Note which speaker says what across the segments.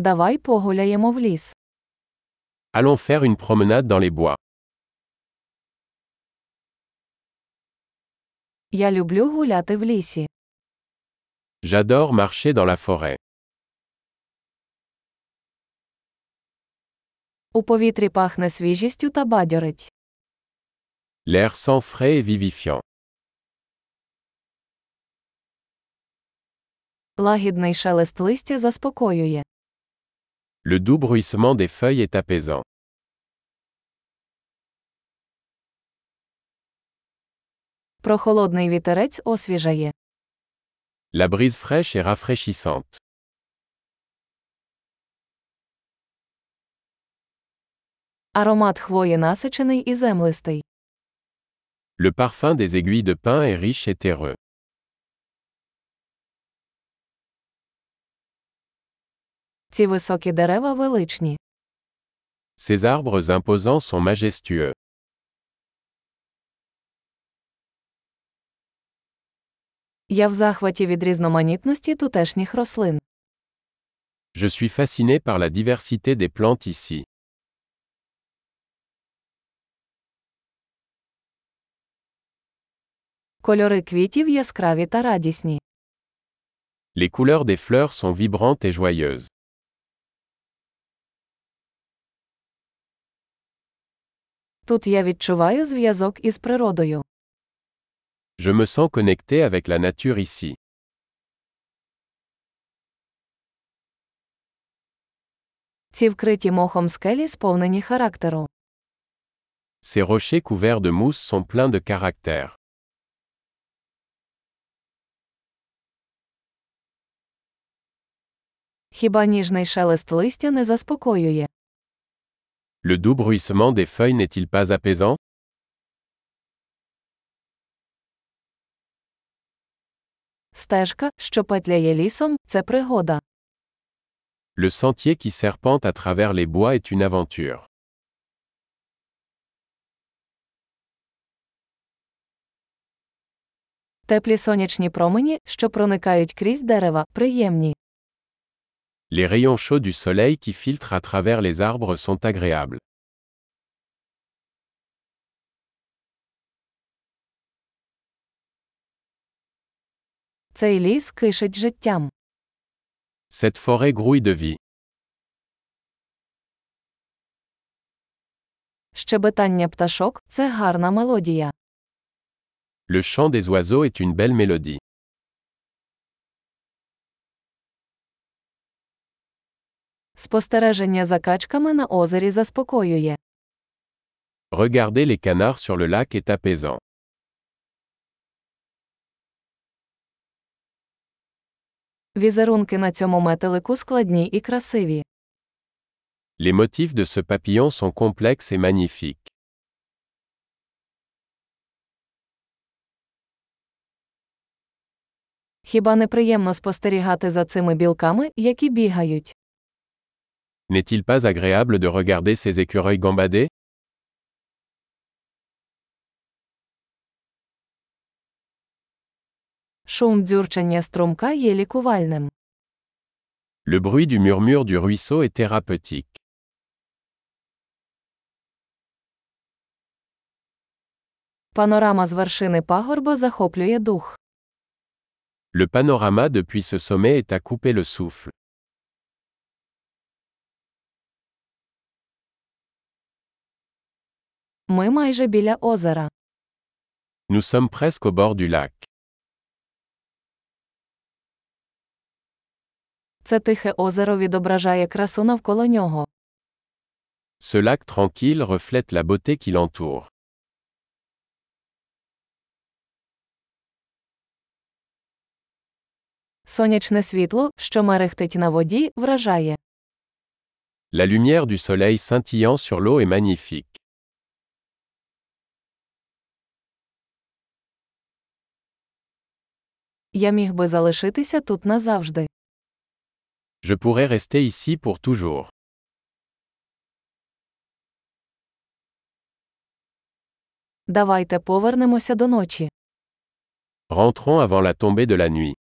Speaker 1: Давай погуляємо в ліс.
Speaker 2: Allons faire une promenade dans les bois.
Speaker 1: Я люблю гуляти в лісі.
Speaker 2: J'adore marcher dans la forêt.
Speaker 1: У повітрі пахне свіжістю та бадьорить.
Speaker 2: L'air sent frais et vivifiant.
Speaker 1: Лагідний шелест листя заспокоює.
Speaker 2: Le doux bruissement des feuilles est apaisant.
Speaker 1: Прохолодний вітерець освіжає.
Speaker 2: La brise fraîche est rafraîchissante.
Speaker 1: Аромат хвої насичений і землистий.
Speaker 2: Le parfum des aiguilles de pin est riche et terreux.
Speaker 1: Ці високі дерева величні.
Speaker 2: Ces arbres imposants sont majestueux.
Speaker 1: Я в захваті від різноманітності тутешніх рослин.
Speaker 2: Je suis fasciné par la diversité des plantes ici.
Speaker 1: Кольори квітів яскраві та радісні.
Speaker 2: Les couleurs des fleurs sont vibrantes et joyeuses.
Speaker 1: Тут я відчуваю зв'язок із природою.
Speaker 2: Je me sens connecté avec la nature ici.
Speaker 1: Ці вкриті мохом скелі сповнені характеру.
Speaker 2: Ces rochers couverts de mousse sont pleins de caractère.
Speaker 1: Хіба ніжний шелест листя не заспокоює?
Speaker 2: Le doux bruissement des feuilles n'est-il pas apaisant
Speaker 1: Стежка, що петляє лісом, це пригода.
Speaker 2: Le sentier qui serpente à travers les bois est une aventure.
Speaker 1: Теплі сонячні промені, що проникають крізь дерева, приємні.
Speaker 2: Les rayons chauds du soleil qui filtrent à travers les arbres sont agréables.
Speaker 1: Цей ліс кишить життям.
Speaker 2: Cette forêt grouille de vie.
Speaker 1: Щебетання пташок це гарна мелодія.
Speaker 2: Le chant des oiseaux est une belle mélodie.
Speaker 1: Спостереження за качками на озері заспокоює.
Speaker 2: Regarder les canards sur le lac est apaisant.
Speaker 1: Візерунки на цьому метелику складні і красиві.
Speaker 2: Les motifs de ce papillon sont complexes et magnifiques.
Speaker 1: Хіба не приємно спостерігати за цими білками, які бігають?
Speaker 2: N'est-il pas agréable de regarder ces écureuils gambader
Speaker 1: Шум дзюрчання струмка є лікувальним.
Speaker 2: Le bruit du murmure du ruisseau est thérapeutique.
Speaker 1: Панорама з вершини пагорба захоплює дух.
Speaker 2: Le panorama depuis ce sommet est à couper le souffle.
Speaker 1: Ми майже біля озера.
Speaker 2: Nous sommes presque au bord du lac.
Speaker 1: Це тихе озеро відображає красу навколо нього.
Speaker 2: Ce lac tranquille reflète la beauté qui l'entoure.
Speaker 1: Сонячне світло, що мерехтить на воді, вражає.
Speaker 2: La lumière du soleil scintillant sur l'eau est magnifique.
Speaker 1: Я міг би залишитися тут назавжди.
Speaker 2: Je pourrais rester ici pour toujours.
Speaker 1: Давайте повернемося до ночі.
Speaker 2: Rentrons avant la tombée de la nuit.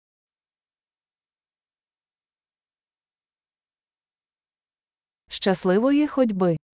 Speaker 1: Щасливої ходьби!